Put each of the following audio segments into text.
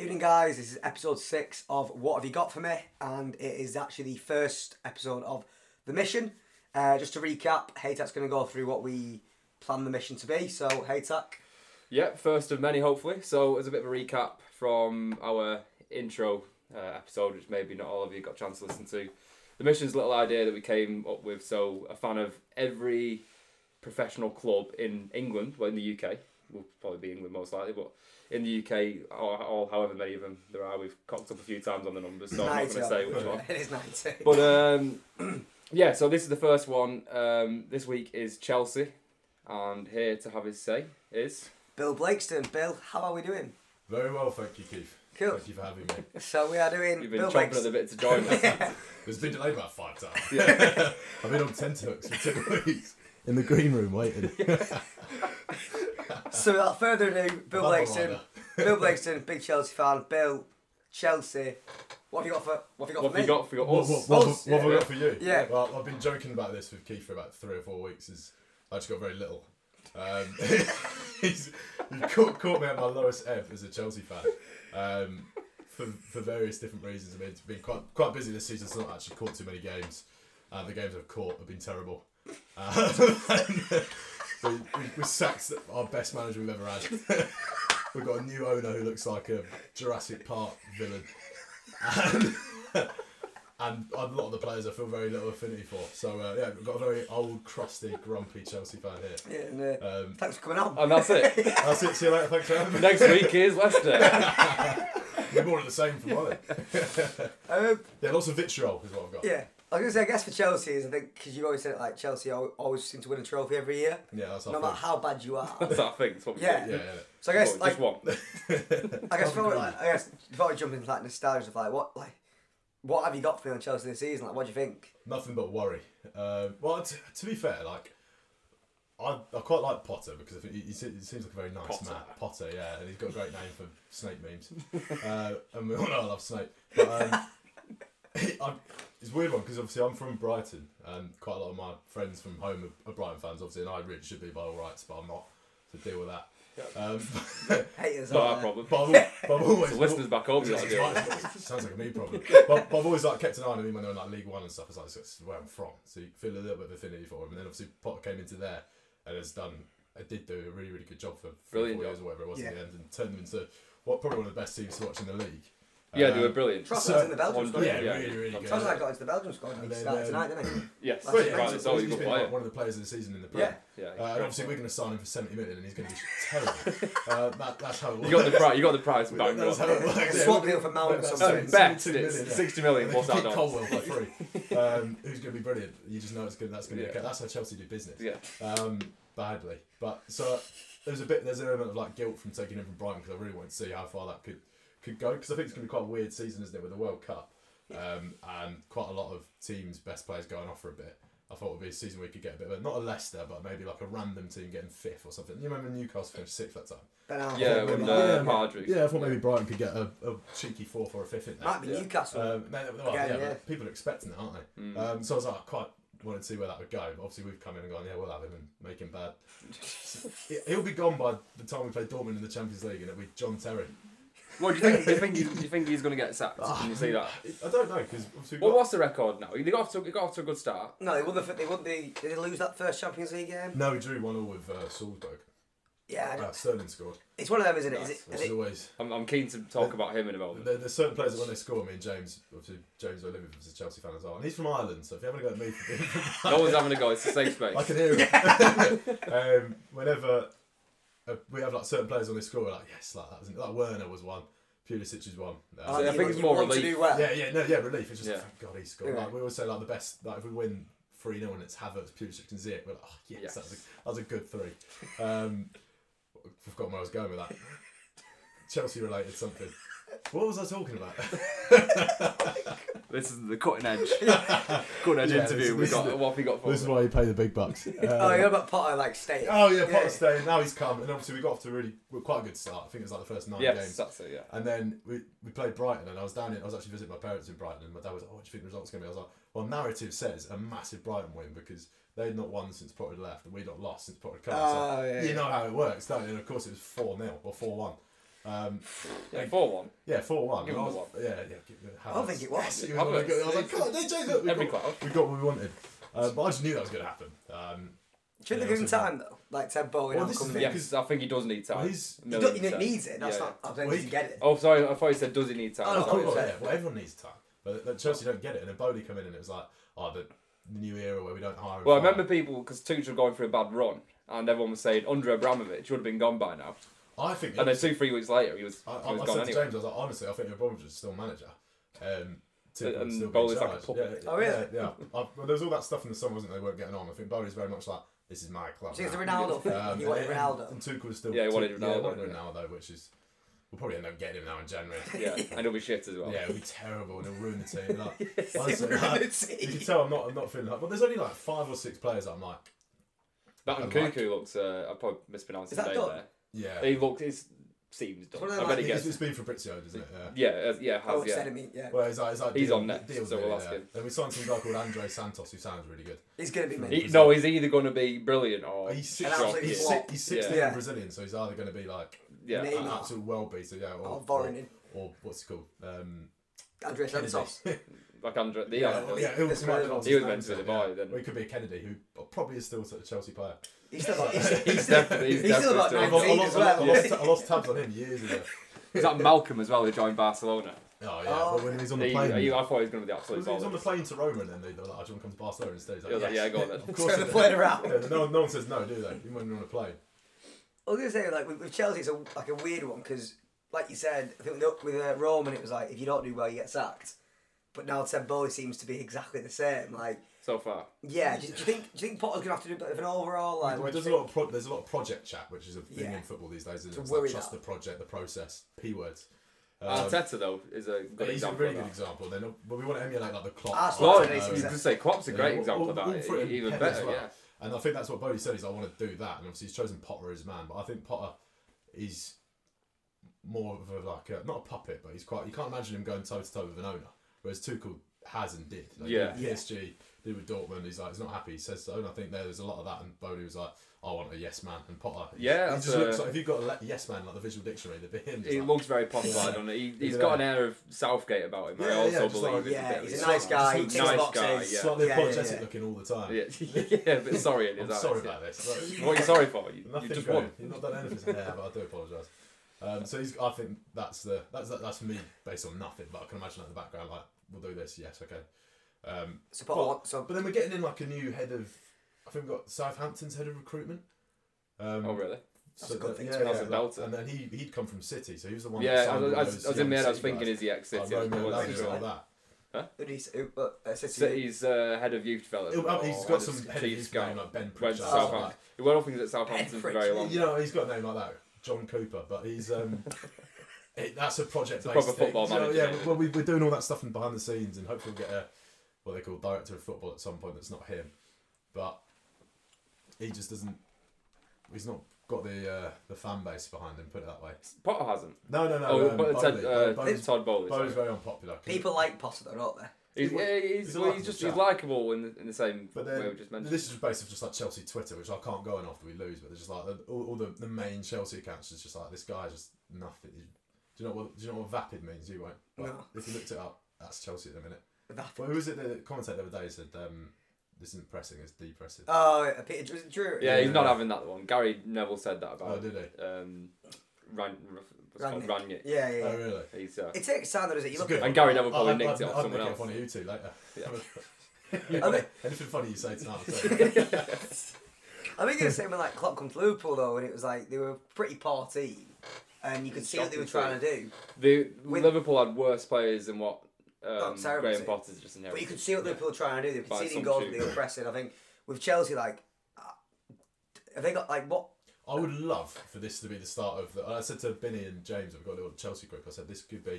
Evening, guys. This is episode six of What Have You Got For Me? And it is actually the first episode of the mission. Uh, just to recap, Haytak's going to go through what we plan the mission to be. So, Haytak, Yeah, first of many, hopefully. So, as a bit of a recap from our intro uh, episode, which maybe not all of you got a chance to listen to, the mission's a little idea that we came up with. So, a fan of every professional club in England, well, in the UK, will probably be England most likely, but in the UK, or, or however many of them there are, we've cocked up a few times on the numbers, so Oh, I'm not going to say which one. it is 90. But um, yeah, so this is the first one. Um, this week is Chelsea, and here to have his say is. Bill Blakeston. Bill, how are we doing? Very well, thank you, Keith. Cool. Thank you for having me. So, we are doing You've been Bill chomping at the Blakeston. bit to join us. It's been delayed about five times. yeah. I've been on tenterhooks for two weeks in the green room waiting. so, without further ado, Bill Bubble Blakeston. rider. Bill Blakeston, big Chelsea fan. Bill, Chelsea. What have you got for, what have you got What for have me? you got for your What, us? what, what, Us, what have I "Oh, yeah. got for you? Yeah. Well, I've been joking about this with Keith for about three or four weeks. Is I just got very little. Um, he's, he caught, caught me at my lowest ebb as a Chelsea fan. Um, for, for various different reasons. I mean, it's been quite quite busy this season. So I've not actually caught too many games. Uh, the games I've caught have been terrible. Uh, we, we, we sacked our best manager we've ever had. we've got a new owner who looks like a Jurassic Park villain. And, and a lot of the players I feel very little affinity for. So uh, yeah, we've got a very old, crusty, grumpy Chelsea fan here. Yeah, and, uh, Um, thanks for coming on. And that's it. that's it. See you later. Thanks for having me. Next week is Leicester. We're more of the same from mine. Um, Yeah, lots of vitriol is what I've got. Yeah, I was gonna say. I guess for Chelsea is I think because you always said it like Chelsea al- always seem to win a trophy every year, Yeah, that's no our matter thing. how bad you are. That's our thing. That's what we Yeah. do. Yeah, yeah. So I guess Well, like just one. I guess Can't probably, agree. like, I guess before we jump into like nostalgia stuff, like what like what have you got for me on Chelsea this season? Like what do you think? Nothing but worry. Um, well, t- to be fair, like I, I quite like Potter because I think he, he se- he seems like a very nice Potter. man. Potter, yeah, and he's got a great name for snake memes, uh, and we all know I love Snape. But um, I, it's a weird one because obviously I'm from Brighton, and quite a lot of my friends from home are, are Brighton fans, obviously, and I really should be by all rights, but I'm not, so deal with that. Um, Haters. Not out our there. problem. but, I've, al- but I've always The listeners back home, you gotta do it. Sounds like a me problem. But, but I've always like kept an eye on him when they were in like League One and stuff. It's like that's where I'm from, so you feel a little bit of affinity for him. And then obviously Potter came into there and has done, I did do a really really good job for three, Brilliant four job. years or whatever it was Yeah. in the end, and turned them into what probably one of the best teams to watch in the league. Yeah, they Um, were brilliant. Trossard's So- in the Belgium squad. Yeah. Yeah, Yeah. really really good. Trossard got into the Belgium squad and And he then, started um, tonight, didn't he? Yes. Well, yeah, right, he's, it's all he's you been got like one of the players of the season in the Prem. Yeah. Yeah. Uh, and obviously we're going to sign him for 70 million and he's going to be terrible. uh, that, that's how it works. You got the price. You got the price bang That's on. how it works. Yeah, Swap we're deal for Mount or gonna- something. we're gonna- Bet 72 it's million, yeah. 60 million. They What's can that keep done? Colwell for free. Um, who's going to be brilliant? You just know it's going. That's going to Yeah. be. That's how Chelsea do business. Yeah. Um, badly, but so there's a bit. There's an element of like guilt from taking him from Brighton because I really wanted to see how far that could could go because I think it's going to be quite a weird season, isn't it, with the World Cup um, and quite a lot of teams' best players going off for a bit. I thought it would be a season we could get a bit, but not a Leicester, but maybe like a random team getting fifth or something. You remember Newcastle finished sixth that time? Ben Arfa. Yeah, when Might- uh, Yeah. Mardry. Yeah, I thought maybe Brighton could get a, a cheeky fourth or a fifth in there. might be yeah. Newcastle. Um, no, no, well, Yeah, yeah, yeah. but people are expecting that, aren't they? Um, so I was like, I quite wanted to see where that would go. But obviously, we've come in and gone, yeah, we'll have him and make him bad. He- He'll be gone by the time we play Dortmund in the Champions League, and it'll be John Terry. Well, do you think? Do you think? he's- Do you think he's going to get sacked? Ah. Can you see that? I don't know because obviously. Well, We've got, what's the record now? They got off to, they got off to a good start. no, they won the. They won the. Did they lose that first Champions League game? no, we drew one all with uh, Salzburg. Yeah, I don't- Uh, Sterling scored, it's one of them, isn't it? Is it, which is is it always. I'm, I'm keen to Uh, talk about him in a moment. There, there's certain players that when they score, me and James, obviously James O'Liver was a Chelsea fan as well, and he's from Ireland. So if you haven't got me for being No one's having a go. It's a safe I space. can hear it. um, whenever uh, we have like certain players on this score, we're like yes, like that was like Werner was one, Pulisic is one. Uh, Oh, I you think want- it's you more want to relief. do well. yeah, yeah, no, yeah, relief. It's just Yeah. thank God he scored. Yeah. Like we always say, like the best. Like if we win three 0 and it's Havertz, Pulisic, and Ziyech, we're like, oh yes, Yes. That, was a, that was a good three. Um, I forgot where I was going with that. Chelsea related something. What was I talking about? This is the cutting edge. cutting edge Yeah, this- interview. We this is got the- what have we got for him? why you pay the big bucks. Um, Oh, you know about Potter like staying. Oh yeah, Potter's staying. Now he's come, and obviously we got off to a really well, quite a good start. I think it was like the first nine Yes, games. that's it. Yeah. And then we, we played Brighton, and I was down in. I was actually visiting my parents in Brighton, and my dad was, "Oh, what do you think the result's going to be?" I was like, "Well, narrative says a massive Brighton win because they'd not won since Potter had left, and we'd not lost since Potter had come." Oh, so yeah, you yeah. know how it works, don't you? And of course, it was four 0 or four one. Um, Yeah, four one. yeah, four one. Give I them was, the Yeah, yeah. give them- I don't think it was. Yes, it was one. I Havertz. was like, God, they changed it. We Every got, cloud. we got what we wanted. Uh, but I just knew that was going to happen. Um, Do you Yeah, think they give him that's okay. time though? Like Ted Bowen Well, well, this is coming the in. thing. You Yes, I think he does need time. well, he's, Million don't- You don't percent. need it. That's Yeah, not. I don't Well, think he- you get it. Oh, sorry. I thought you said does he need time. Oh, no, Sorry. of Oh, course. yeah, well, everyone needs time. But the Chelsea don't get it. And then Bowley come in and it was like, oh, the the new era where we don't hire. and Well, I fire. remember people because Tuchel going through a bad run, and everyone was saying under Abramovich would have been gone by now. I think. And then two, three weeks later, he was, I, he I, was gone I said to anyway. James, I was like, honestly, I think Abramovich is still manager. Um, And- Tuchel would and still be in Bowley's like a charge. puppet. Yeah, Oh, really? Yeah, yeah. I, well, there was all that stuff in the summer, wasn't there? They weren't getting on. I think Bowley's very much like, this is my club. See, it's the now. Ronaldo thing. Um, you wanted and- Ronaldo. And Tuchel was still. Yeah, he wanted Yeah, Ronaldo, wanted didn't he? Ronaldo, which is we'll probably end up getting him now in January. Yeah, and he'll be shit as well. Yeah, it'll be terrible, and it'll ruin the team. Like, It's honestly, a like, reality. you can tell I'm not, I'm not feeling like. But there's only like five or six players I'm like, That I and like- Cuckoo looks. Uh, I probably mispronounced Is his that name done? yeah. there. He looks. It seems It's one done. of I them, bet like, he It's, gets. it's been Fabrizio, doesn't it? Yeah. Yeah, uh, yeah, Oh, has it's yeah. enemy. Yeah, Well, it's like, it's like He's deal- on next, deal's so we'll doing it, ask yeah. him. And we signed some guy called Andre Santos, who sounds really good. he's gonna be me. He, no, he's either going to be brilliant or He's, And six, shocking. absolutely he's, flop. six, he's 16 Yeah. and Brazilian, so he's either going to be like yeah. Name- an Neymar. absolute well beater, yeah, or, Oh, or, Voronine. or what's it called? Um, Andre Kennedy. Santos. like Andre. The yeah, yeah, yeah, he was It's quite really- close He was to meant to be the Santos, boy, then. Or he could be a Kennedy, who probably is still a Chelsea player. He's still about. He's, he's definitely. He's He's still definitely about I still lost, Nineteen as got- I lost, I well. lost, I lost tabs on him years ago. Is that Malcolm as well who joined Barcelona? Oh yeah, Oh. but when he's on Are the you, plane, are you, I thought he was going to be the he absolute was on the baller. plane to Roma, and then they were like, "I do you want to come to Barcelona instead?" He's like, He was like, "Yes." yeah, go on then. Of course, Turn the they plane do. around. Yeah, no, no one says no, do they? Even when you're on a plane. I was gonna say like with, with Chelsea, it's a, like a weird one because, like you said, I think with, with uh, Roman it was like if you don't do well, you get sacked. But now Ted Bowley seems to be exactly the same. Like, So far, yeah, do, do you think do you think Potter's gonna have to do a bit of an overall? Like, Well, what do there's you a lot of pro- there's a lot of project chat, which is a thing Yeah. in football these days. Isn't To it? It's worry like, trust about. the project, the process, p words. Um, Arteta though is a good he's a example. really of good that. example. Then, but we want to emulate like uh, the clock. Arsenal Well, Arteta you is could exactly- just say Klopp's a great example of that. e- Even better, yeah. And I think that's what Bodie said. He's, I want to do that, and obviously he's chosen Potter as man. But I think Potter is more of a, like a, not a puppet, but he's quite. You can't imagine him going toe to toe with an owner, whereas Tuchel has and did. Like, E Yeah. he did PSG did with Dortmund. He's like, he's not happy. He says so, and I think there was a lot of that. And Bodie was like, I want a yes man, and Potter. he's- Yeah, he that's just looks a- like if you've got a le- yes man like the visual dictionary, that'd be him. just He like- looks very popular, Yeah. doesn't he? he He's he's got an there. air of Southgate about him. I Yeah, also yeah, just believe like- it's a Yeah, bit he's of a it. nice Just guy. He looks ticks nice the boxes. guy, yeah. slightly Yeah, yeah, apologetic yeah. looking all the time. Yeah, yeah, but sorry, it is. I'm Alex, sorry yeah. about this. Look. What are you sorry for? You, you Nothing just great. won. You've not done anything. yeah, but I do apologise. Um, so he's, I think that's the that's that's me based on nothing. But I can imagine like, in the background, like we'll do this. Yes, okay. Um, So Potter, want- so but then we're getting in like a new head of. I think we've got Southampton's head of recruitment. Um, Oh really? That's a good that- thing yeah, to yeah, Nelson like- Belter. and then he he'd come from City, so he was the one. that Yeah, I signed was, all I was, those I was in young my head. I was City thinking, guys, is he ex City? like Romeo wasn't Lavia sure. and all that. who do you say- who- but, uh, City- City's uh, head of youth development. He'll- oh, he's or got head some of head of Chiefs his guy. name like Ben Went Pritchard. to Oh, Southampton. He went off things at Southampton for Bedford. very long. You know, he's got a name like that, John Cooper, but he's um, it, that's a project. a proper based thing. football So, manager, Yeah, yeah. well, we, we're doing all that stuff from behind the scenes, and hopefully we'll get a what they call director of football at some point. That's not him, but he just doesn't. He's not got the uh, the fan base behind him. Put it that way. Potter hasn't. No, no, no. Oh, um, but it's Bowley. uh, Bowley's, Todd Bowley. Bowley's sorry. very unpopular. 'cause- people like Potter, though, don't they? He's, He's yeah, he's, a well, likable he's just chap. he's likable in the, in the same But way then we just mentioned. this is based off just like Chelsea Twitter, which I can't go on after we lose. But they're just like all, all the, the main Chelsea accounts is just like this guy is just nothing. Do you know what? Do you know what vapid means? You won't. But No. If you looked it up, that's Chelsea at the minute. Vapid. Well, who was it that commented the other day said um, this isn't pressing, it's depressing. Oh, yeah, Peter was it Drew. yeah, he's not yeah. having that one. Gary Neville said that about oh, did he? um, Ran, what's it called? Rangnick. Ranić. Yeah, yeah. Oh, yeah. really? He's uh, It takes time, though, does it? You It's look good. and Gary Neville I'll- probably I'll- nicked it I'll- off I'll someone nick it else. off one of you two later. Yeah. I think- Anything funny you say tonight? I'll say it. I think it was the same when like Klopp come to Liverpool though, and it was like they were a pretty poor team, and you could see what they were trying to do, The With- Oh, Liverpool had worse players than what um, terrible, is Graham it? Potter's just but inherited. you could see what Yeah. Liverpool were trying to do. They were By conceding some goals, but they two. were pressing. I think with Chelsea, like, uh, have they got like what? I would love for this to be the start of. The, I said to Binny and James, I've got a little Chelsea group. I said this could be,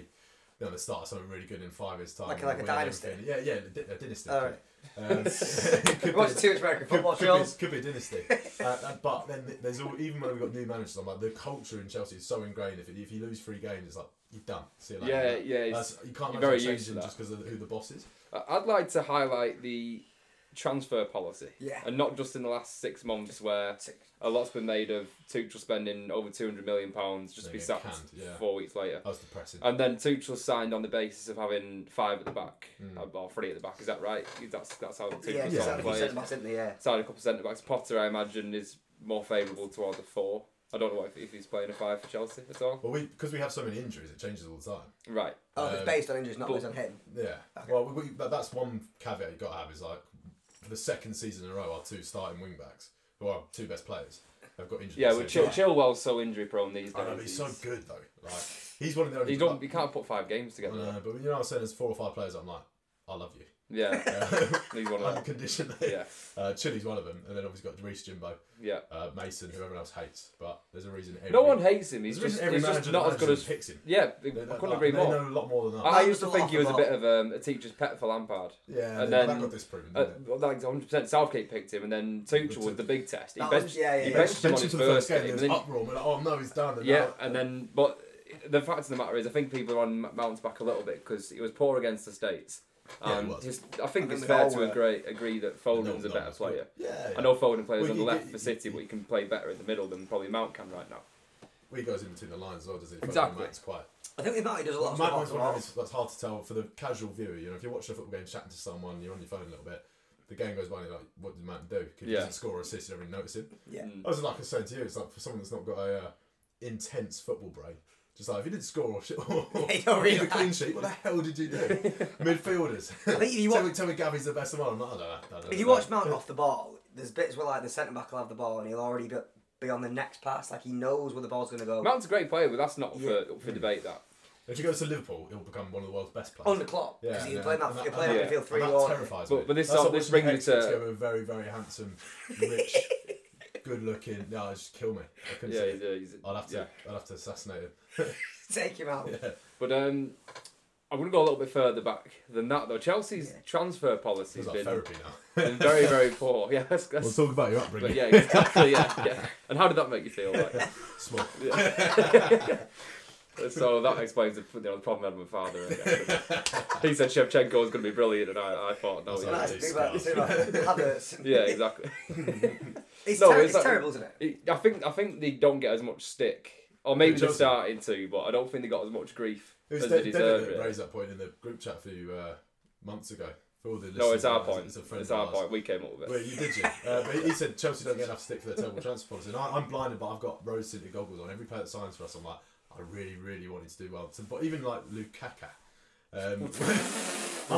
you know, the start of something really good in five years' time. Like- We'll like a win dynasty. everything. Yeah, yeah, a di- a dynasty. All right. Um, it We could watched be- too much American could, football, could, Charles. be, could be a dynasty, uh, uh, but then th- there's all, even when we've got new managers, I'm like the culture in Chelsea is so ingrained. If, it- if you lose three games, it's like you're done. See you later. Yeah, Like, yeah, it's- that's- you can't you're imagine very changing used Uh, to that. just because of who the boss is. I- I'd like to highlight the transfer policy. Yeah. And not just in the last six months where Six. a lot's been made of Tuchel spending over two hundred million pounds just to be They get sacked canned, yeah. four weeks later. That was depressing. And then Tuchel signed on the basis of having five at the back Mm. Uh, or three at the back. Is that right? That's that's how Tuchel Yeah, signed yeah. the Exactly. players. Centre back, didn't they? Yeah. Signed a couple of centre backs. Potter, I imagine, is more favourable toward the four. I don't know if, if he's playing a five for Chelsea at all. Well, we because we have so many injuries, it changes all the time. Right. Oh, if it's Um, based on injuries, not but- based on him. Yeah. Well, we, we, that, that's one caveat you got to have is like for the second season in a row, our two starting wing backs, who are our two best players, have got injured. Yeah, at the well, same Chil- Chilwell's so injury prone these days. time. I know, but he's so good though. Like he's one of the only. You don't. You can't put five games together. No, but you know what I'm saying? There's four or five players. I'm like, I love you. Yeah. Yeah. He's one of them. Unconditionally. Yeah. Uh, Chili's one of them, and then obviously got Reese Jimbo, Yeah. uh, Mason, who everyone else hates. But there's a reason. Every, No one hates him. There's He's a reason just, every he's manager just that not as manages good as. him picks him. Yeah, I They- they- couldn't like, agree they more. know a lot more than us. I I used to used to think he laugh was a a bit of um, a teacher's pet for Lampard. yeah, and then- that- that got disproven. Uh, didn't it? well, like 100% Southgate picked him, and then Tuchel was the big test. He That benched, was- yeah, yeah, he yeah. benched him on his Mentioned to the first game, game. there and was then- uproar. We're like, oh no, he's done. And yeah, now- and then, but the fact of the matter is, I think people are on Mount's back a little bit because he was poor against the States. Yeah, he And was. his- I think And it's then fair they all to were. agree, agree that Foden's a no, better that's good. player. yeah, I know Foden plays Well, on the you- left you- for City, but he can play better in the middle than probably Mount can right now. Well, he goes in between the lines as well, doesn't he? Exactly. It's quite. I think with Matty does a lot of Mike Mike's stuff. one of off those that's hard to tell for the casual viewer. You know, if you're watching a football game, chatting to someone, you're on your phone a little bit. The game goes by, and you're like, what did Matt do? 'Cause He Yeah. Mm. doesn't score or assist. You don't really notice him. the wall. Yeah. I was like I said to you, it's like for someone that's not got a uh, intense football brain. Just like if you did score or shit, or They don't keep a realise. clean sheet, what the hell did you do? Midfielders. think if you tell, watch- me, tell me, Gavin's the best of all. I'm like, I don't know. I don't know. If you watch Mount off the ball, there's bits where like the centre back will have the ball and he'll already be, be on the next pass. Like he knows where the ball's going to go. Mount's a great player, but that's not up for, Yeah. up for debate. That if he goes to Liverpool, he'll become one of the world's best players. on the clock because and you're then- playing and that you're playing and that yeah. midfield three and that or terrifies But- me. but this That's sort- not this watching brings me Hexton to- together with a very very handsome, rich, good looking. No, it'd just kill me. I couldn't yeah, see he's it. a, he's a- I'd have to. yeah. I'd have to assassinate him. take him out. But um, I'm going to go a little bit further back than that though. Chelsea's Yeah. transfer policy has It's like been, therapy now. been very very poor. Yeah, that's, We'll that's, talk about your but upbringing. yeah, exactly. Yeah, yeah. And how did that make you feel? Like? Small. So that explains the, you know, the problem I had with my father. I guess. he said Shevchenko was going to be brilliant, and I, I thought no. That's Yeah. like- That's these big man, guys. big man. That hurts. yeah, exactly. It's, No, ter- it's it's like- terrible, isn't it? I think I think they don't get as much stick, or maybe Who they're doesn't? starting to, but I don't think they got as much grief It was as De- they David deserve. that really. raised that point in the group chat a few uh, months ago. For all the No, it's listeners, our uh, point. It's, It's a friend our of ours. point. We came up with Well, it. you did you? Uh, but he said Chelsea don't get enough stick for their terrible transfer policy. And I, I'm blinded, but I've got rose-tinted goggles on. Every player that signs for us, I'm like, I really, really wanted to do well. So, but even like Lukaka, um, up,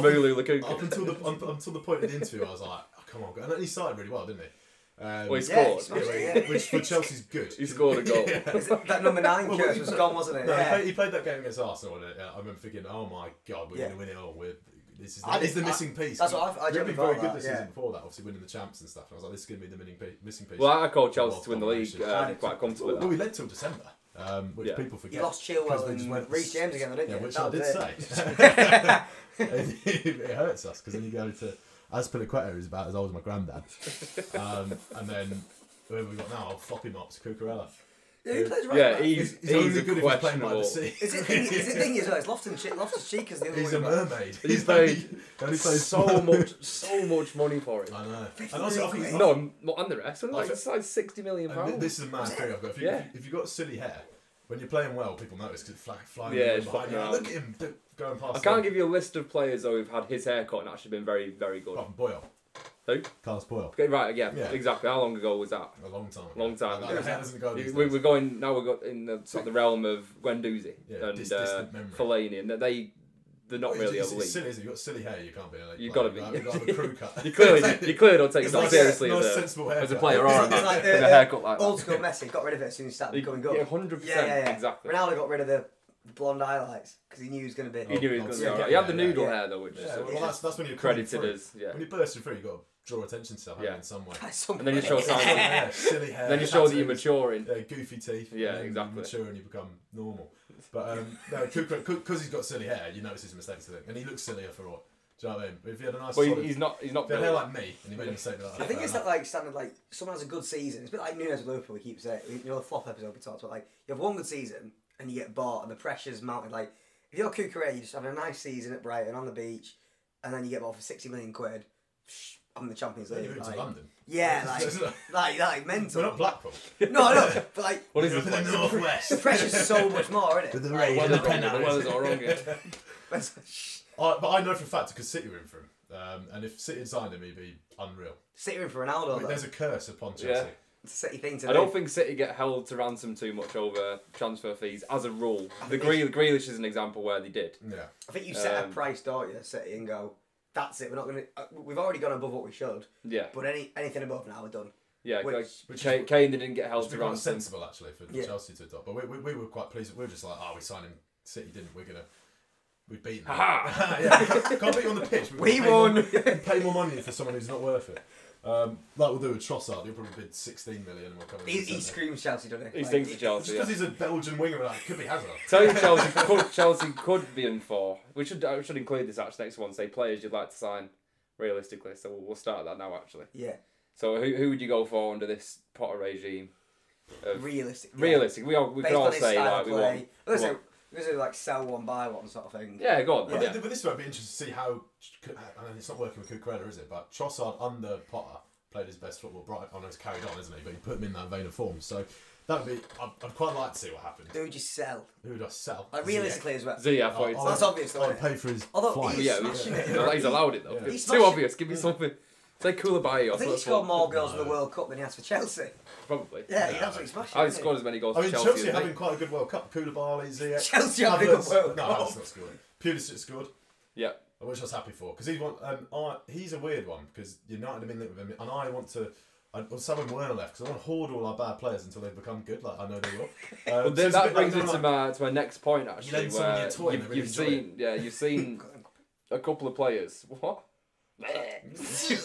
Romelu Lukaku. up until the up, until the point of the interview, I was like, oh, come on, go. and he started really well, didn't he? Um, Well, he Yeah, scored. it's not- yeah, yeah. which for Chelsea's good. He scored a goal. Is it- that number nine Well, curse we- was gone, wasn't it? No, he, yeah. played, he played that game against Arsenal, and uh, I remember thinking, "Oh my god, we're Yeah. going to win it all." We're, this is the, I it's the didn't- I- missing piece. that's what I've- I We've generally been very thought good that, this yeah. season before that, obviously winning the champs and stuff. And I was like, "This is going to be the missing piece." Missing piece. Well, I called Chelsea World to win the league domination. um, quite comfortably. well, we led till December, um, which Yeah. people forget. You lost Chilwell because we and just went- Reece James again, though, didn't yeah, you? Which That I did was say. And it hurts us because then you go to as Piliqueta is about as old as my granddad, um, and then whoever we got now, I'll flop him up to Cucurella. Yeah, he plays right Yeah, back. he's, He's, he's, he's only a good if he's playing by questionable. the sea. Is it thing, is it thing is, though, it's Lofton Cheek, Loftus Cheek is the other He's one. a who- mermaid. He's like, paid and he plays so much, so much money for it. I know. And Fifty also, I million think, quid. No, m- and the rest. It's like, Like- it's like sixty million and thi- pounds. this is a mad theory I've got. If, you, Yeah. if you've got silly hair, when you're playing well, people notice because it's fly, flying Yeah, yeah, it's behind you. fucking Look at him do- going past. I can't give you a list of players though who've had his haircut and actually been very, very good. Apart from Boyle, Who? Carlos Boyle, Okay, right, yeah, Oh. Yeah. exactly. How long ago was that? a long time. ago. Long time Like, ago. that hair doesn't go. We, these we're days. going now. We're got in the sort of the realm of Guendouzi Yeah, and dis- uh, distant memory. Fellaini, and that they they're not It's- really a it's, it's league. silly, isn't it? You've got silly hair, you can't be an elite. You've player. gotta be. You've got to have a crew cut. You clearly, you clearly don't take It's that like a seriously nice, as, a, sensible as a haircut. player or It's a like- man it's like, with uh, a haircut like Old that. school Messi got rid of it as soon as he started becoming good. Yeah, hundred Yeah, yeah, percent, yeah. exactly. Ronaldo got rid of the blonde highlights because he knew he was going to be. He knew he was Oh, going to yeah, be alright. yeah, He had the yeah, noodle yeah. hair though, which Yeah, is well, that's that's when you're coming credited through. as yeah. When you burst through, you've got to draw attention to something Yeah. in some way. And then you show Silly signs. hair, silly hair. Then you show that you're tattoos. maturing. uh, goofy teeth. Yeah, and then exactly. You mature and you become normal. But um, no, because he's got silly hair, you notice his mistakes, I think, and he looks sillier for it. Do you know what I mean? But if he had a nice, Well, he- solid, he's not. He's not. if he had hair brilliant. like me, and he made a mistake like that, I think fair it's enough. that like standard like someone has a good season. It's a bit like Nunes with Liverpool. We keep saying you know the flop episode we talked about. Like you have one good season and you get bought and the pressure's mounted. Like if you're Kukurea, you just have a nice season at Brighton on the beach, and then you get bought for sixty million quid. Sh- I'm the Champions You're League. moving like- to London. yeah, like, like, like mental. We're not Blackpool. No, no, but like What is We're up in this? the northwest. the pressure's so much more, isn't it? the rain Weather's all wrong. Weather's all wrong. here. I, but I know for a fact because City were in for him, um, and if City had signed him, he'd be unreal. Sitting for Ronaldo, I mean, though. there's a curse upon Chelsea. Yeah. It's a City thing to I do. don't think City get held to ransom too much over transfer fees as a rule. The think Grealish, Grealish is an example where they did. Yeah. I think you set um, a price, don't you, City, and go. That's it. We're not gonna. Uh, we've already gone above what we should, Yeah, but any anything above now we're done. yeah. Which- like, which Kane, is- Kane they didn't get held It's to quite ransom. sensible actually for Yeah. Chelsea to adopt. But we, we, we were quite pleased. We were just like, oh, we signed him. City didn't. We're gonna we beat them. Ha yeah, we can't, can't beat you on the pitch. We can pay more- won. we can pay more money for someone who's not worth it. Um, like we'll do with Trossard. He'll probably bid 16 million. And we'll come in He, and he sell him. screams Chelsea, doesn't he? He Like, stinks to Just Chelsea. because Yeah. he's a Belgian winger, we're like, could be Hazard. Tell you Chelsea could Chelsea could be in four. We should I should include this actually next one. Say players you'd like to sign realistically. So we'll, we'll start that now actually. Yeah, So who, who would you go for under this Potter regime? Of realistic. yeah. realistic, we all we Based can all on his say style like of we play. want. We're gonna we say- we're gonna say, like sell one buy one sort of thing. Yeah, go on. But, then, th- but this would be interesting to see how. uh, I mean, it's not working with Cucurella, is it? But Trossard under Potter played his best football. Bright on has carried on, isn't he? But he put him in that vein of form. So that would be. I'd, I'd quite like to see what happens. Who would you sell? Who would I sell? Like realistically as well. Yeah. Zia, I thought you'd I- I say- would- Oh, That's obvious, though, I would isn't pay for his Although flight. he's Yeah, smashing it. yeah, he's allowed it though. Yeah. It's He's too smashing- obvious. Give me something. Say Koulibaly or I think he something. scored more goals in the No. World Cup than he has for Chelsea. Probably. Yeah, he's Yeah, absolutely smashing I it. isn't scored as many goals I for mean, Chelsea, Chelsea. as having they- quite a good World Cup. Koulibaly, Ziyech. Chelsea having a good Havertz- World No, Cup. Havertz not scored. Pulisic scored. Yeah. I wish I was happy for because he's one. Um, I, he's a weird one because United have been linked with him, and I want to. I, well, Sam and Werner left because I want to hoard all our bad players until they've become good. Like I know they will. Um, But so then it's that a bit like- brings me to my to my next point actually, lend someone where your toy and you've, they really you've enjoy seen yeah you've seen a couple of players. What? he?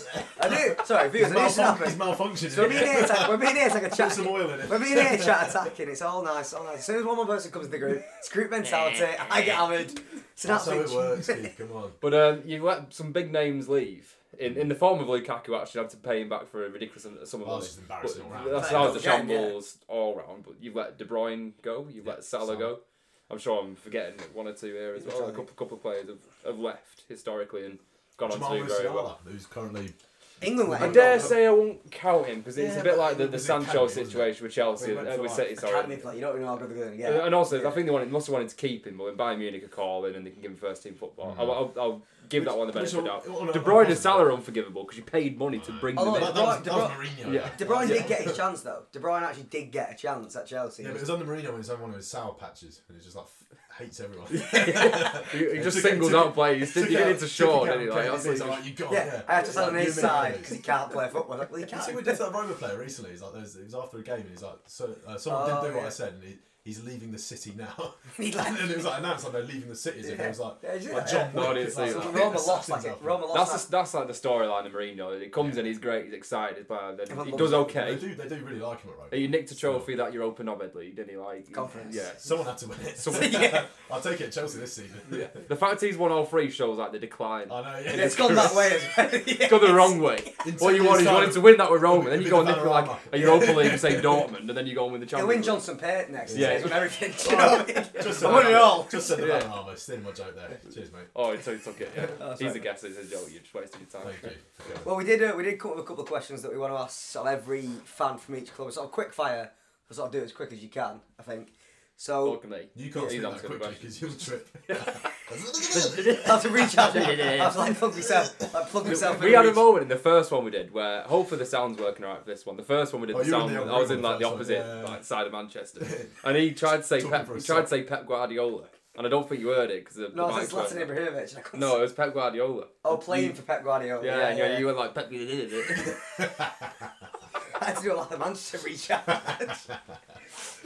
I do. Sorry, viewers, He's, I need to malfunction, happen. he's malfunctioning. So we're being here, attack- we're being here like a Put chat. some oil in We're it. being here chat attacking. It's all nice, all nice. As soon as one more person comes to the group, it's group mentality. I get hammered. It's an That's how absolute. it works. Keith, come on. But um, you let some big names leave in, in the form of Lukaku. Actually, had to pay him back for a ridiculous sum of Well, money. it's just Oh, embarrassing all But round. That's Fair how the enough, again, yeah. shambles all round. But you've let De Bruyne go. You've let Salah, Salah. go. I'm sure I'm forgetting one or two here as Which well. are A they? couple, couple of players have, have left historically and gone on Jamal to do very well. Musiala, who's currently England let I him dare go. say I won't count him because it's Yeah, a bit but like the, it the was Sancho academy, wasn't it? situation with Chelsea, We went uh, for with like City. Academy Sorry, play. You don't even know how good they're going to Uh, get. and also Yeah. I think they wanted must have wanted to keep him, but when Bayern Munich are calling and they can give him first team football, I'll, I'll, I'll give that one the benefit of the doubt. De Bruyne and Salah are unforgivable because you paid money to bring them Although in. That, that was, that was De Mourinho. Yeah. De Bruyne yeah. did get his chance though. De Bruyne actually did get a chance at Chelsea. Yeah, but it was under Mourinho when he's on one of his sour patches, and he just like f- hates everyone. He, he just Took it- singles took it- out players. He Took did out- it to took Sean out anyway. Kane, That's and what he's he- like, you got Yeah, I had to Like, sell him you inside made it. because he can't play football. Like, well, he You see, we can't. did that Roma player recently. He's like, there's, it was after a game, and he's like, so uh, someone Oh, did do what yeah. I said, and he, he's leaving the city now. He and then it left. was like announced like they're leaving the city. as if Yeah. It was like, Yeah, yeah, like yeah. John No, I Wick. didn't It's see like, So that. Roma lost assassins like it. after Roma lost. That's, the, that's like the storyline of Mourinho. He comes in, he's great, he's excited, but then Everyone he loves does him. okay. They do, they do really like him at Roma. He nicked a trophy that Europa Nobed League, didn't he? Like Conference. Yeah. Someone had to win it. Someone- I'll take it at Chelsea this season. The fact he's won all three shows like the decline. I know. Yeah. It's gone that way as well. It's gone the wrong way. In What ten you want years' is you want time, him to win that with it'll Roma, be- then you go and it'll be nick the like Valorama. a Europa League, say Dortmund, and then you go and win the He'll Champions win League. Johnson Payton next. Yeah. Yeah, American. Do you know what I mean? Just I won it all. Just said the Yeah. yeah. Ramos. Stealing my joke there. Cheers, mate. Oh, it's, it's okay. Yeah. he's sorry. a guess. It's a joke. You just wasted your time. Thank you. Well, we did uh, we did come up with a couple of questions that we want to ask sort of every fan from each club. Sort of quick fire. We'll Sort of do it as quick as you can. I think. So Look at me. You can't He's speak that answered the quickly question. because you'll trip. that's a recharge. I was like plug myself. Like plug myself. in We had a reach. moment in the first one we did where hopefully the sound's working right for this one. The first one we did, Oh, the you were in sound. the other I was room in on like the the first one. opposite Yeah, yeah, yeah. like, side of Manchester, and he tried to say Talking Pep. for He a tried to sec. say Pep Guardiola, and I don't think you heard it because the, No, the I think mics Latin weren't- Ibrahimovic. and I couldn't- No, it was Pep Guardiola. Oh, playing for Pep Guardiola. Yeah, and you, you were like Pep. Guardiola. I had to do a lot of Manchester recharge.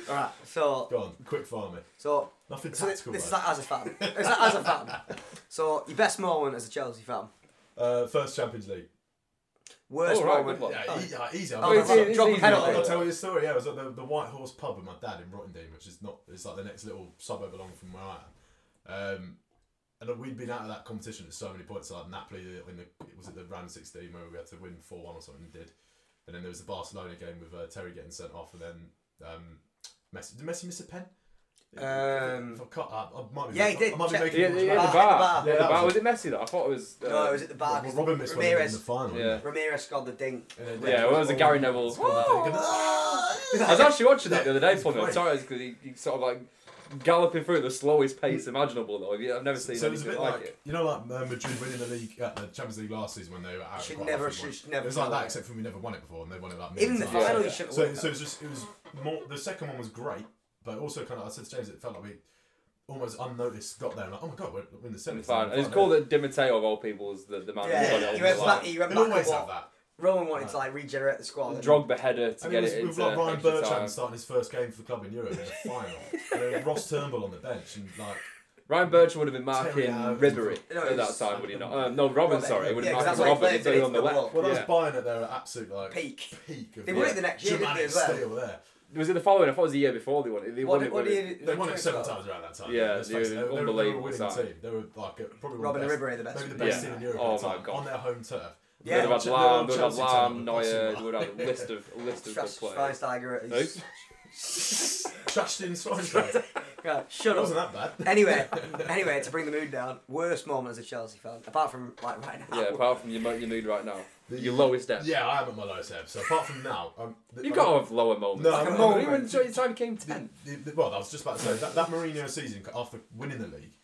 All right, so Go on, quick farming. so Nothing So this tactical. this is mate. like as a fan. It's like as a fan. So your best moment as a Chelsea fan. Uh, first Champions League. Worst Oh, right, moment. good one. Yeah, Oh. e- yeah, easy. Oh, I'll, it's- that's I'll, right. it's Drop a easy, penalty. I'll tell you a story. Yeah, I was at the, the White Horse Pub with my dad in Rottingdean, which is not. It's like the next little suburb along from where I am. Um, and we'd been out of that competition at so many points. Like Napoli in the was it the round sixteen where we had to win four one or something. and Did, and then there was the Barcelona game with uh, Terry getting sent off, and then um, Messi. Did Messi miss a pen? Um, If I've cut that, I might be, Yeah, he I, did. I might be Check- making Yeah, it yeah, much yeah, Ah, the the better. bar. bar. Yeah, Yeah, the that bar. was- Was it Messi that I thought it was? Uh, no, it was at the bar. Well, 'cause Robin missed one in Ramirez, the final. Yeah. didn't Ramirez scored the dink. he? And then Yeah, well, it was a Gary Neville. scored the thing. I was actually watching that the other day, It's Fumio great. Torres, because he, he sort of like galloping through at the slowest pace imaginable. Though I've I've never seen So it was a anything bit like, like, it. you know, like uh, Madrid winning the league, uh, the Champions League last season when they were out. Should quite never- often. should never It was like win that, it. except for we never won it before, and they won it like Even the millions Yeah. times. final, you Yeah. should have So, so it was just it was more. The second one was great, but also kind of I said to James, it felt like we almost unnoticed got there. And like, oh my god, we're we're in the It's semis. fine. And it's cool that Di Matteo of all people is the, the man. Yeah, who got it he over went the back. line. He went They back. always and have what- that. Roman wanted to like regenerate the squad. and- Drogba header to I mean, get it's- it we've into got Ryan extra time. Bertrand starting his first game for the club in Europe in the final. and then Ross Turnbull on the bench and like Ryan Bertrand would have been Terry marking Allen. Ribery No, at that it's- time, would he not? Um, no, Robin, Robin, sorry, would yeah, have 'cause marked that's Robin. why he He's only on the played left. for well, I was yeah. buying it there at absolute like peak. peak of They won Yeah. it the next year, didn't they, Germanic as well? steel there. Was it the following? I thought it was the year before they won it. They won it. What, what when it- did They won it seven times around that time. Yeah, let's they face were it, they were- they were a unbelievable winning side. team. They were like a, probably one of Robin the best, Ribery, the best. maybe the best Yeah. team in Europe Oh at the my time, God. on their home turf. Yeah. They would have They had were Lam, on they would have had Chelsea Lam, turf, that's Neuer, all. they would have had a list of, a list of good players. Schweinsteiger. at his- Trashed in Schweinsteiger. Yeah, Shut It up. wasn't that bad. Anyway, anyway, to bring the mood down, worst moment as a Chelsea fan, apart from like right now. Yeah, apart from your, mo- your mood right now. The- Your lowest depth. Yeah, I am at my lowest ebb. So apart from now, um, th- You've I'm- got to have lower moments. No, Like a I'm- moment. I'm- Even during the time it came the, 10. the, the- well, I was just about to say that that Mourinho season after winning the league,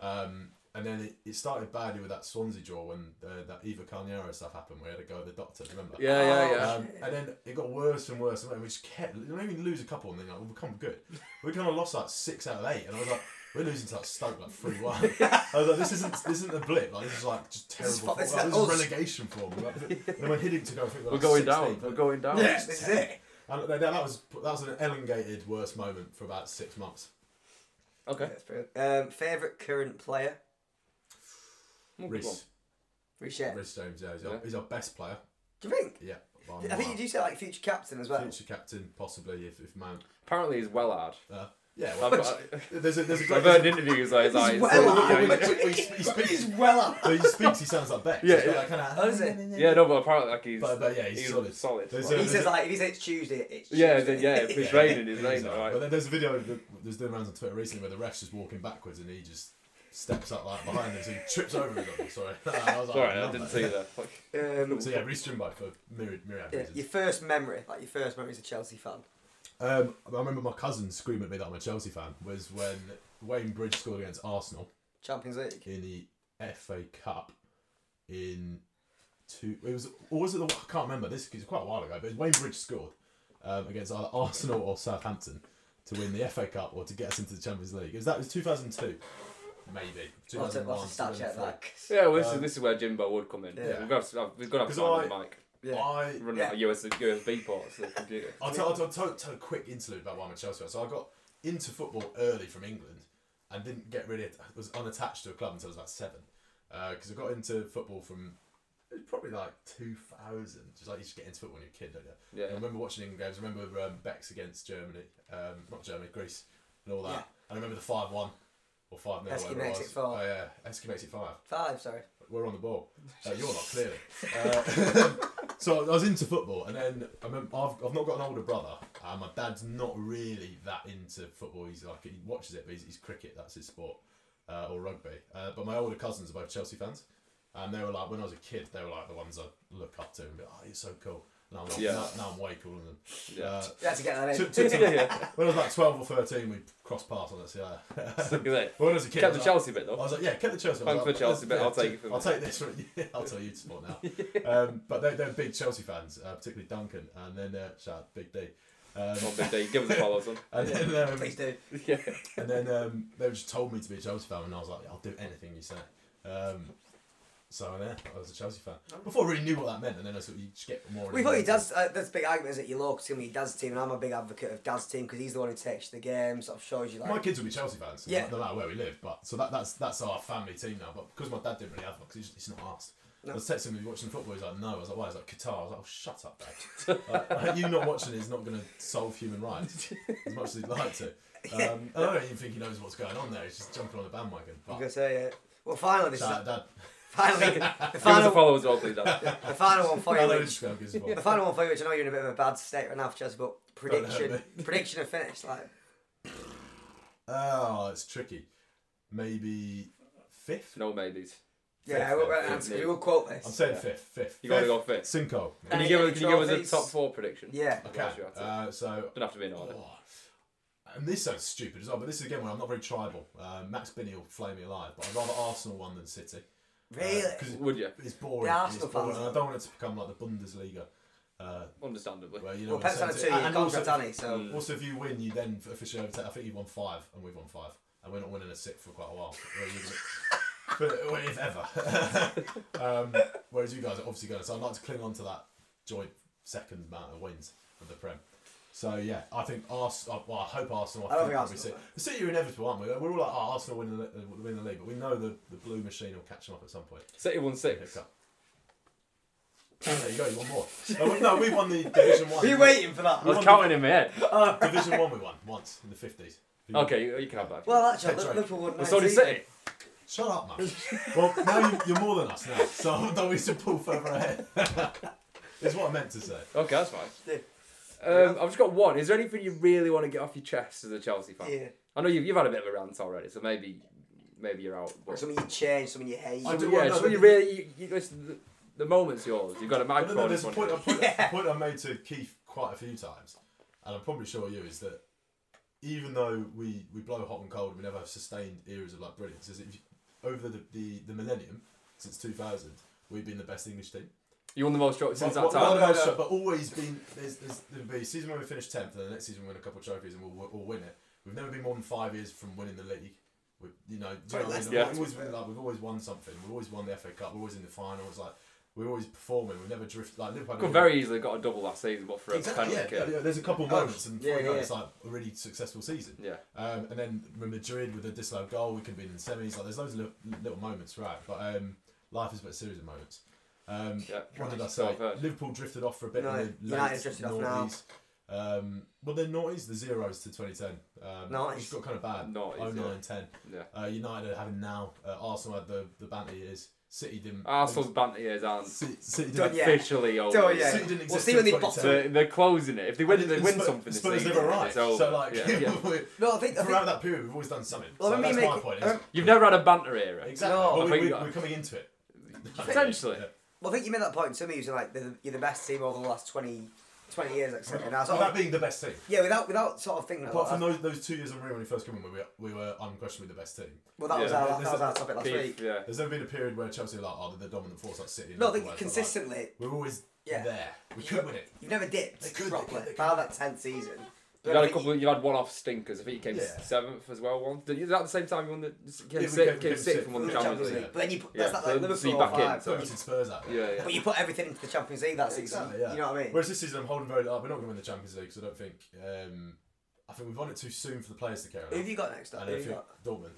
um, and then it, it started badly with that Swansea draw when uh, that Eva Carniero stuff happened. We had to go to the doctor. Remember? Yeah, yeah, yeah. Um, and then it got worse and worse, and we just kept. We didn't even lose a couple, and then like, we become good. We kind of lost like six out of eight, and I was like, we're losing to like Stoke like three one. I was like, this isn't this isn't a blip. Like this is like just This is terrible. fu- form. this is Like, this is us. relegation form. Like, and then when Hiddink took over, We're going down. We're going down. Yeah, this is it. And that, that was that was an elongated worst moment for about six months. Okay. That's brilliant. Um, favorite current player, Well, come on. Reese, Richet. Reese James, yeah, he's, Our, Yeah. he's our best player. Do you think? Yeah, by I think you mile. do say like future captain as well. future captain possibly if if Mount. Apparently he's well hard. Uh, yeah, well, I've, I- there's a there's a I've great. heard interviews like that. He's He's well like- hard. yeah, he, he, he speaks. He's well up. When he speaks, he sounds like Beck. Yeah, He's got yeah. that kind of, Oh, is it? Yeah, no, but apparently like he's, But, but yeah, he's, he's solid. solid. There's like. He says like if he says it's Tuesday, it's yeah, Tuesday. then, yeah, if it's Yeah. raining, it's He's raining, alright. But alright. then there's a video that was doing rounds on Twitter recently where the ref's just walking backwards and he just steps up like behind us and trips over his own. Sorry, I was like, Sorry, I love didn't that. see that. Fuck. Um, So yeah, Reece Jimbo for myriad, myriad yeah, reasons. your first memory, like your first memory as a Chelsea fan. Um, I remember my cousin screaming at me that I'm a Chelsea fan was when Wayne Bridge scored against Arsenal Champions League. in the FA Cup in two. It was or was it the I can't remember. This is quite a while ago, but Wayne Bridge scored um, against either Arsenal or Southampton to win the FA Cup or to get us into the Champions League. It was that was 2002, maybe I'll have to, I'll 2001. have to stat check that. 'cause- Yeah, well, this, Um, is, this is where Jimbo would come in. Yeah. We've got to, we've got to have 'Cause sound on the I- mic. Yeah. I Running Yeah. out of USB, USB ports to the computer. I'll tell, I'll, tell, tell, tell a quick interlude about why I'm a Chelsea fan. So I got into football early from England and didn't get really was unattached to a club until I was about seven because I got into football from it was probably like 2000. Just like you just get into football when you're a kid, don't you? Yeah. And I remember watching England games. I remember um, Beck's against Germany, um, not Germany, Greece, and all that. Yeah. I remember the five one or five 0 Heskey whatever makes it was. it four. Oh yeah, Heskey makes it five Five, sorry. we're on the ball. Uh, you're not clearly. Uh, so I was into football, and then I remember, I've, I've not got an older brother. Uh, my dad's not really that into football. He's like he watches it, but he's, he's cricket. That's his sport, uh, or rugby. Uh, but my older cousins are both Chelsea fans, and they were like when I was a kid, they were like the ones I look up to and be like, oh, you're so cool. And I'm like, Yeah. now, now I'm way cooler than them. Yeah. Uh, You had to get that in. took- took yeah, some- when I was like 12 or 13, we crossed paths on this. Yeah. Look at that. When I was a kid, Kept the I was like- Chelsea bit I though. was like, yeah, kept the Chelsea. I Thanks was like, Oh. for but- Chelsea, but yeah, I'll take it from I'll you. take this. From, yeah, I'll tell you to support now. um, but they're, they're big Chelsea fans, uh, particularly Duncan, and then uh, shout out Big D. Um, Not big day. Give us a follow, son. and then, um, Please do. Yeah. and then um, they just told me to be a Chelsea fan, and I was like, I'll do anything you say. Um, so yeah, I was a Chelsea fan Oh. before I really knew what that meant, and then I sort of you just get more. We thought he does. Uh, that's a big argument is that your local team, your dad's team, and I'm a big advocate of dad's team because he's the one who takes you to the game, sort of shows you like. My kids will be Chelsea fans, so Yeah. no matter where we live. But so that, that's that's our family team now. But because my dad didn't really have one, because he's, he's not asked. No. I was texting him, "You watching football. He's like, no. I was like, why? He's like, Qatar. I was like, oh, shut up, dad. like, like, you not watching it is not going to solve human rights as much as he'd like to. Um, I don't even think he knows what's going on there. He's just jumping on the bandwagon. I'm But gonna say it. Well, finally, this is, shout out, dad. finally the Give us a final, follow as well, please. Dan. the final one for I you. know Which, this girl gives a fuck. the final one for you, which I know you're in a bit of a bad state right now for Chelsea, but hurt prediction, me. prediction of finish, like Oh, it's tricky. Maybe fifth. No maybes. Yeah, we'll, we'll, answer- we will quote I'm this. saying fifth. Fifth. You gotta Fifth. go fifth. Cinco. Can you Any give us, can you give trophies? us a top four prediction? Yeah. Okay. Yes, you have to. Uh, so Don't have to be in order. Oh, and this sounds stupid as well, but this is again where I'm not very tribal. Uh, Max Binney will flay me alive, but I'd rather Arsenal won than City. Uh, Really? Because Would you? it's boring. The and Arsenal it's boring, fans- and I don't want it to become like the Bundesliga. Uh, Understandably. where, you know, Well, Pep's had a incentives- two-year and also, Mm. contract, hasn't he? So also, if you win, you then officially overtake. I think you won five, and we've won five, and we're not winning a sixth for quite a while. Whereas you- but- well, if ever. um, whereas you guys are obviously going, so I'd like to cling on to that joint second amount of wins of the Prem. So yeah, I think Arsenal. Well, I hope Arsenal. I don't think think we see. Arsenal- The City are inevitable, aren't we? We're all like, oh, Arsenal win the, li- win the league, but we know the, the blue machine will catch them up at some point. City won six. Pick up. There you go. You won more. No, we- no, we won the Division One. Are you waiting for that? I was counting in my head. Division One we won once in the fifties. Okay, you, you can have that. if you want. Well, actually, That's right. Liverpool won Well, so did 19. City. Shut up, man. well, now you, you're more than us now, so don't we should pull further ahead. Is what I meant to say. Okay, that's fine. Yeah. Um, I've just got one. Is there anything you really want to get off your chest as a Chelsea fan? Yeah. I know you've, you've had a bit of a rant already, so maybe maybe you're out. But Something you change, something you hate. I do- yeah, well, no, so the- you really you, you, listen, the, the moment's yours. You've got a But no, microphone. in there's a front point, of a, you. point, a point I made to Keith quite a few times, and I'm probably sure you is that even though we, we blow hot and cold, we never have sustained eras of like brilliance. Is if you, over the, the the millennium since 2000, we've been the best English team. You won the most trophies since that Well, well, time. well, No, no, no. But always been there's, there's there'll be a season where we finish tenth, and the next season we win a couple of trophies and we'll, we'll we'll win it. We've never been more than five years from winning the league. We, you know, do you know what I mean? Sorry, We've Leicester. always been like we've always won something. We've always won the FA Cup. We're always in the final. It's like we're always performing. We never drift like Liverpool. Could very easily got a double last season, but for a exactly. penalty Yeah, kick. yeah, There's a couple of moments, and yeah, before you know it, yeah. it's like a really successful season. Yeah. Um, and then with Madrid with a disallowed goal, we could have been in semis. Like there's loads of little, little moments, right? But um, life is but a series of moments. Um, Yeah. what did I So say? I've heard. Liverpool drifted off for a bit. No, in the United late drifted off 90s. Um, well, they're noughties, the zeros to 2010. Um, Nice. It's got kind of bad. Noughties, 09, yeah. 10. Yeah. Uh, United are having now. Uh, Arsenal had the, the banter years. City didn't. Arsenal's banter years aren't City, City Done didn't. yet. officially over. So, yeah. City didn't We'll exist see when they till bottom. 2010. So they're closing it. If they win, And they win Spurs- something. this Spurs season, never arrived. it's over. So like Yeah, yeah. No, I think. I throughout think that period, we've always done something. Well, so I mean, that's make- my point. Is, um, you've never had a banter era. exactly. No. But I we, think we, that- we're coming into it. Potentially. Yeah. well, I think you made that point to me. It was like they're the, you're the best team over the last 20, 20 years, etc. And I was Well, sort of, that being the best team. yeah, without without sort of thinking. Apart About from that, those, those two years on Real when he first came in, we were, we were unquestionably the best team. well, that was Yeah. our There's that was a- our topic last Keith, week. yeah. There's never been a period where Chelsea are like, oh, they're the dominant force like City. and No, I all think the rest, but, like, consistently we're always Yeah. there. We could win it. you've never They dipped could, they properly. could, they Bar that tenth season. You've had a couple. You've had one-off stinkers. I think you came Yeah. seventh as well. Once Did- is that the same time you won the Yeah, came, we sixth, came- came, came sixth sixth and won in the the Champions League? League. But then you put that's Yeah, that like so- so Liverpool you back in, vibe. but so- you- Limited Spurs out there. Yeah, yeah. But you put everything into the Champions League that season. Exactly, yeah. You know what I mean? Whereas this season, I'm holding very like, we're not going to win the Champions League, so I don't think. Um, I think we've won it too soon for the players to care. Who enough. have you got next? Up? and Who then I have you think got?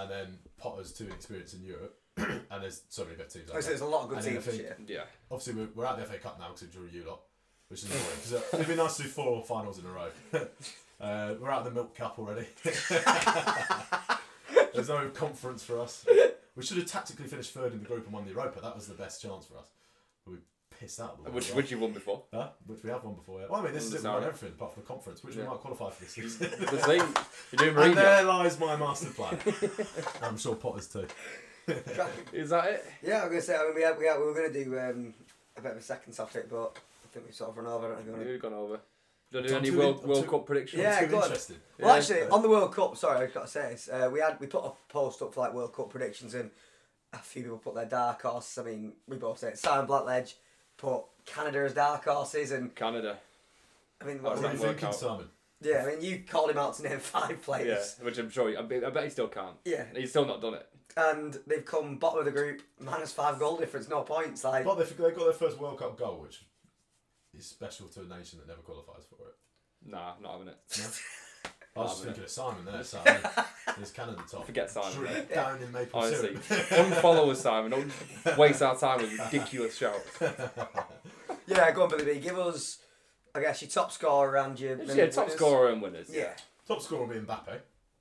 Dortmund, and then Potter's too inexperienced in Europe, and there's so many better teams. out Oh, so there. there's a lot of good And then I teams this think- year. Yeah. Obviously, we're, we're out of the FA Cup now because we drew you lot, which is annoying. 'cause, uh, it'd be nice to do four finals in a row. uh, we're out of the Milk Cup already. there's no conference for us. We should have tactically finished third in the group and won the Europa. That was the best chance for us. But we pissed out. The Which world. which you won before? Huh? Which we have won before. Yeah. Well, I mean, this is it. We Sorry. won everything apart from the conference, which we Yeah. might qualify for this season. the same. You're doing And there Mourinho. lies my master plan. I'm sure Potter's too. Is that it? Yeah, I'm gonna say I mean, we, had, we, had, we were gonna do um, a bit of a second topic, but I think we sort of run over. I don't think we're gonna- You've gone over. Do you I'm do any too World, in- World I'm too- Cup predictions? Yeah, I'm too go on. interested. Well, Yeah. actually, on the World Cup, sorry, I've got to say this. Uh, we had we put a post up for like World Cup predictions, and a few people put their dark horses. I mean, we both said it. Simon Blackledge put Canada as dark horses, and Canada. I mean, Oh, what What was that? right. Doesn't are you work thinking, out. Simon? Yeah, I mean, you called him out to name five Yeah, players, which I'm sure. He, I bet I bet he still can't. Yeah. He's still not done it. and they've come bottom of the group, minus five goal difference, no points. Like, But they they got their first World Cup goal, which is special to a nation that never qualifies for it. Nah, not having it. I was Ah, just thinking of Simon there. Simon, there's Canada top. Forget Simon, Drew mate. down in maple Honestly, syrup. unfollow us, Simon. Don't waste our time with ridiculous shouts. yeah, go on, Billy B. Give us, I guess, your top scorer and your Yeah, top winners. scorer and winners. Yeah, Top scorer will be Mbappe.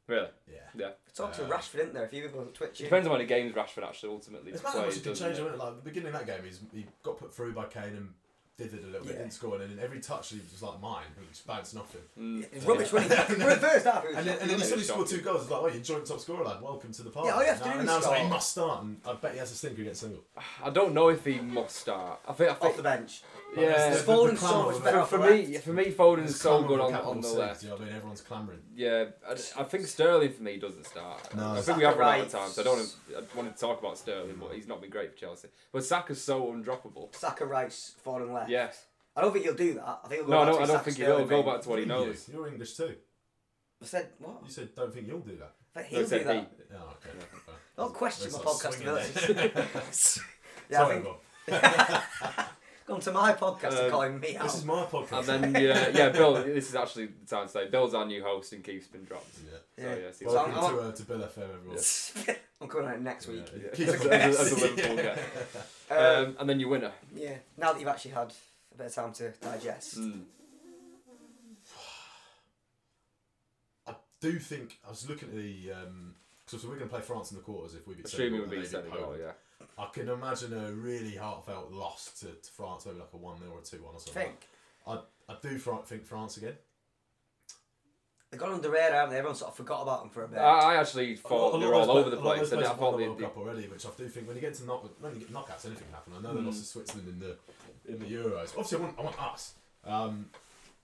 Really? Yeah. Yeah. talk to Uh, Rashford, didn't there? A few people on Twitch. Depends on how many games Rashford actually ultimately It's plays. mad how much you can doesn't change. it? Like the beginning of that game, he's, he got put through by Kane and dithered a little bit, Yeah. didn't score, and then every touch he was just like mine, and just bouncing off him. Mm. It was rubbish when he we're in first half. it was And then, and shocking, then he suddenly Yeah. scored two goals. It's like, oh, you're joint top scorer, lad. Welcome to the party. Yeah, oh, all you have to Now- do and is now it's like, score. you must start, and I bet he has a stinker against single. I don't know if he must start. I think. I off think the bench. yeah. There's For, the Foden's clamour so much of- better off for the left. me, for me, Foden's There's so clamour good for on, capital on the six, left. You know what I mean? Everyone's clamouring. Yeah, I, I think Sterling for me doesn't start. No. I think we have Saka run out right. of time, so I don't wanna- I wanted to talk about Sterling, but he's not been great for Chelsea. But Saka's so undroppable. Saka, Rice, Foden left. Yes. I don't think he'll do that. I think he'll go No, I back don't, to I his don't Saka think he Sterling will go thing. back to what he You're knows. You. are English too. I said what? You said, don't think you'll do that. I think No, he he'll do said that. he. Yeah, okay. fair. Don't question There's my that podcast swing in there. abilities. yeah, I Sorry, think Bob. come to my podcast and Um, calling me out. This is my podcast. And then yeah, yeah, Bill. This is actually the time to say Bill's our new host and Keith's been dropped. yeah. So Yeah. yeah, see you Well, later. Welcome I'm- to, uh, to Bill FM, everyone. I'm coming out next week. Yeah. Yeah. Keep As it a- as a- as a going. Liverpool guy. Uh, Um, and then your winner. yeah. Now that you've actually had a bit of time to digest. Mm. I do think I was looking at the um 'cause we're going to play France in the quarters if we beat Assuming we Senegal and beat they beat Senegal, Poland. yeah. I can imagine a really heartfelt loss to, to France, maybe like a one 0 or a two one or something. think I I do fr- think France again. they've gone under the radar, haven't they? Everyone sort of forgot about them for a bit. I, I actually A lot- thought a they lot were of all those over the pla- a lot of place, those and I players won thought the they. World Cup already, which I do think when you get to knock, when you get knockouts, anything can happen. I know they lost to Switzerland in the in the Euros. Obviously, I want, I want us. Um,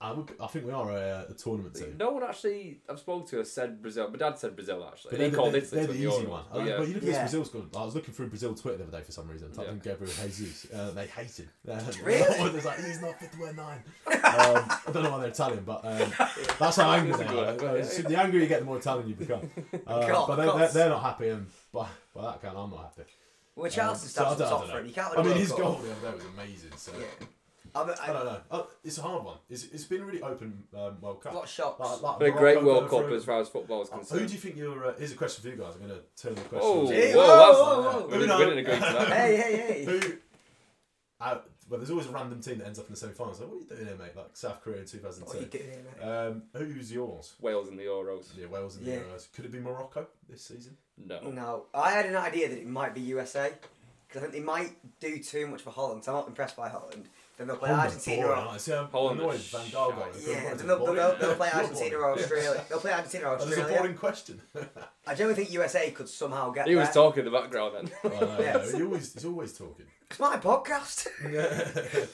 I would, I think we are a, a tournament they- team. No one actually I've spoken to has said Brazil. My dad said Brazil actually. But he they're, the- called they're, Italy they're to the the easy Euro. one. I But like- yeah. But you look at Yeah. this Brazil squad. I was looking through Brazil Twitter the other day for some reason. Typed Yeah. in Gabriel Jesus. Uh, they hate him. Really? There's like, he's not 59. um, I don't know why they're Italian, but um, that's how angry they That's a are. good one, Uh, yeah, so The angrier you get, the more Italian you become. Uh, God, but they're, God. they're, they're not happy, and by, by that count, I'm not happy. well, Charleston Uh, so I stands on don't- I top don't for him. know. You can't win I a mean, World his Cup. goal the other day was amazing. So Yeah. I'm, I don't know. Uh, It's a hard one. It's, it's been a really open um, World Cup. A lot of shocks. Like- like Been a Morocco great World going Cup through. as far as football is Oh, Who concerned. do you think you're? Uh, here's a question for you guys. I'm going to turn the question. Oh, whoa, Hey, whoa, whoa, that's- whoa, whoa. We didn't, we didn't agree to that. hey, hey, hey. Who? Out, well, there's always a random team that ends up in the semi-finals. Like, what are you doing here, mate? Like South Korea in what are you 2002. doing here, mate? Um, who's yours? Wales and the Euros. Yeah, Wales and Yeah. the Euros. Could it be Morocco this season? No. No, I had an idea that it might be USA because I think they might do too much for Holland. So I'm not impressed by Holland. Then they'll play Argentina. boring, Or, aren't they? See, I'm Holland annoyed is Van Gaal got it. shite. yeah, Boring. then they'll, they'll, Boring. they'll, they'll play You're Argentina or boring. Australia. They'll play Argentina or That is a Australia. boring question. I generally think USA could somehow get He was there. talking in the background then. I know, Yes. He always, he's always talking. It's my podcast.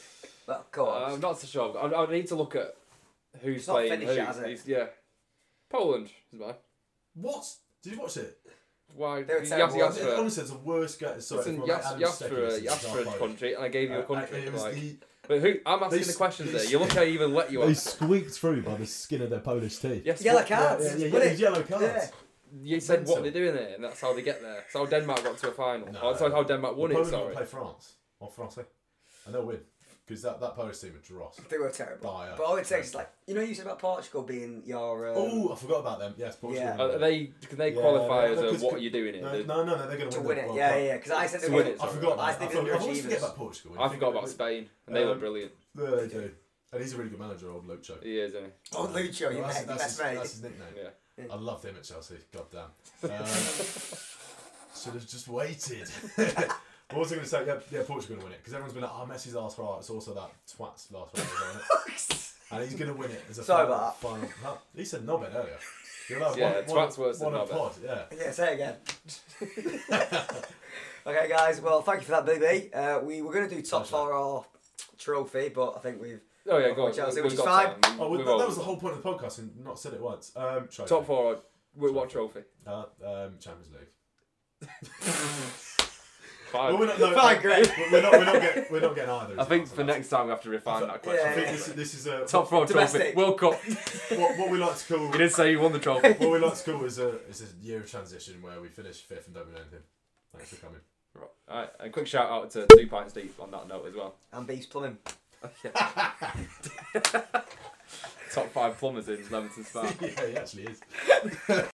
well, of course. Uh, I'm not so sure. I, I need to look at who's It's not playing finished who. yet, has it? He's- yeah. Poland is mine. what? Did you watch it? Why? They were You terrible, have to ask wasn't for- Honestly, it's the worst guy. Sorry, Listen, if you I'm asked, Adam you asked for a, Steckles, you asked for a it's country, and I gave you a not Polish. country. uh, It was like- the- But who? I'm They asking the s- questions they there. s- You look how even let you They ask. squeaked through by the skin of their Polish teeth. Yes. Yellow what- cards. Yeah, yeah, Will yeah, it? yellow cards. Yeah. You said what Mental. they're doing there, and that's how they get there. That's how Denmark got to a final. No. Oh, that's how Denmark won it. Poland will Sorry. play France or France, eh? and they'll win because that, that Polish team are dross. They were terrible. Dire. But all it takes is like you know you said about Portugal being your. Um, Oh, I forgot about them. Yes, Portugal. Yeah. Uh, will Are win. Uh, they can they Yeah, qualify no, as a because- what are you doing here? No, They- no, no, no, they're going to win, win the it, World yeah, Cup. yeah, yeah. Because I said they To were- win it, I sorry. forgot. About, I I, think forgot- I always underachievers. forget about Portugal. I forgot about Spain, and they Um, were brilliant. Yeah, they do, and he's a really good manager, old Lucho. He is, isn't Oh, Lucho, you Well, mate, that's, best his, mate. that's his nickname. he? Yeah. I loved him at Chelsea. God damn. Um, should have just waited. what was I going to say? Yeah, yeah Portugal going to win it because everyone's been like, "Oh, Messi's last hurrah." It's also that twat's last hurrah, isn't it? and he's going to win it as a Sorry final. about final huh? He said knobhead earlier. You're like, Yeah, one, twat's one, worse than one a knobhead. pod, Yeah. Oh, Yeah, say it again. okay, guys. Well, thank you for that, BB. Uh, we were going to do top Pleasure. four or trophy, but I think we've Oh yeah, Of go on. which I'll say We've which is got fine. time. Oh, well, We've that, that all- was the whole point of the podcast, and not said it once. Um, trophy. top four. Or, wait, what trophy? Uh, um, Champions League. Five. Well, we're not. No, Fine, great. We're we're not. We're not, get, we're not getting either. I is the think answer for to that. next time we have to refine that question. I think Yeah. this, this is a Top four Domestic. trophy. World Cup. you what, what we like to call. didn't say you won the trophy. what we like to call is a is a year of transition where we finish fifth and don't win anything. Thanks for coming. Alright, and quick shout out to Two Pints Deep on that note as well. and Beast Plumbing. Top five plumbers in Leamington Spa. yeah, he actually is.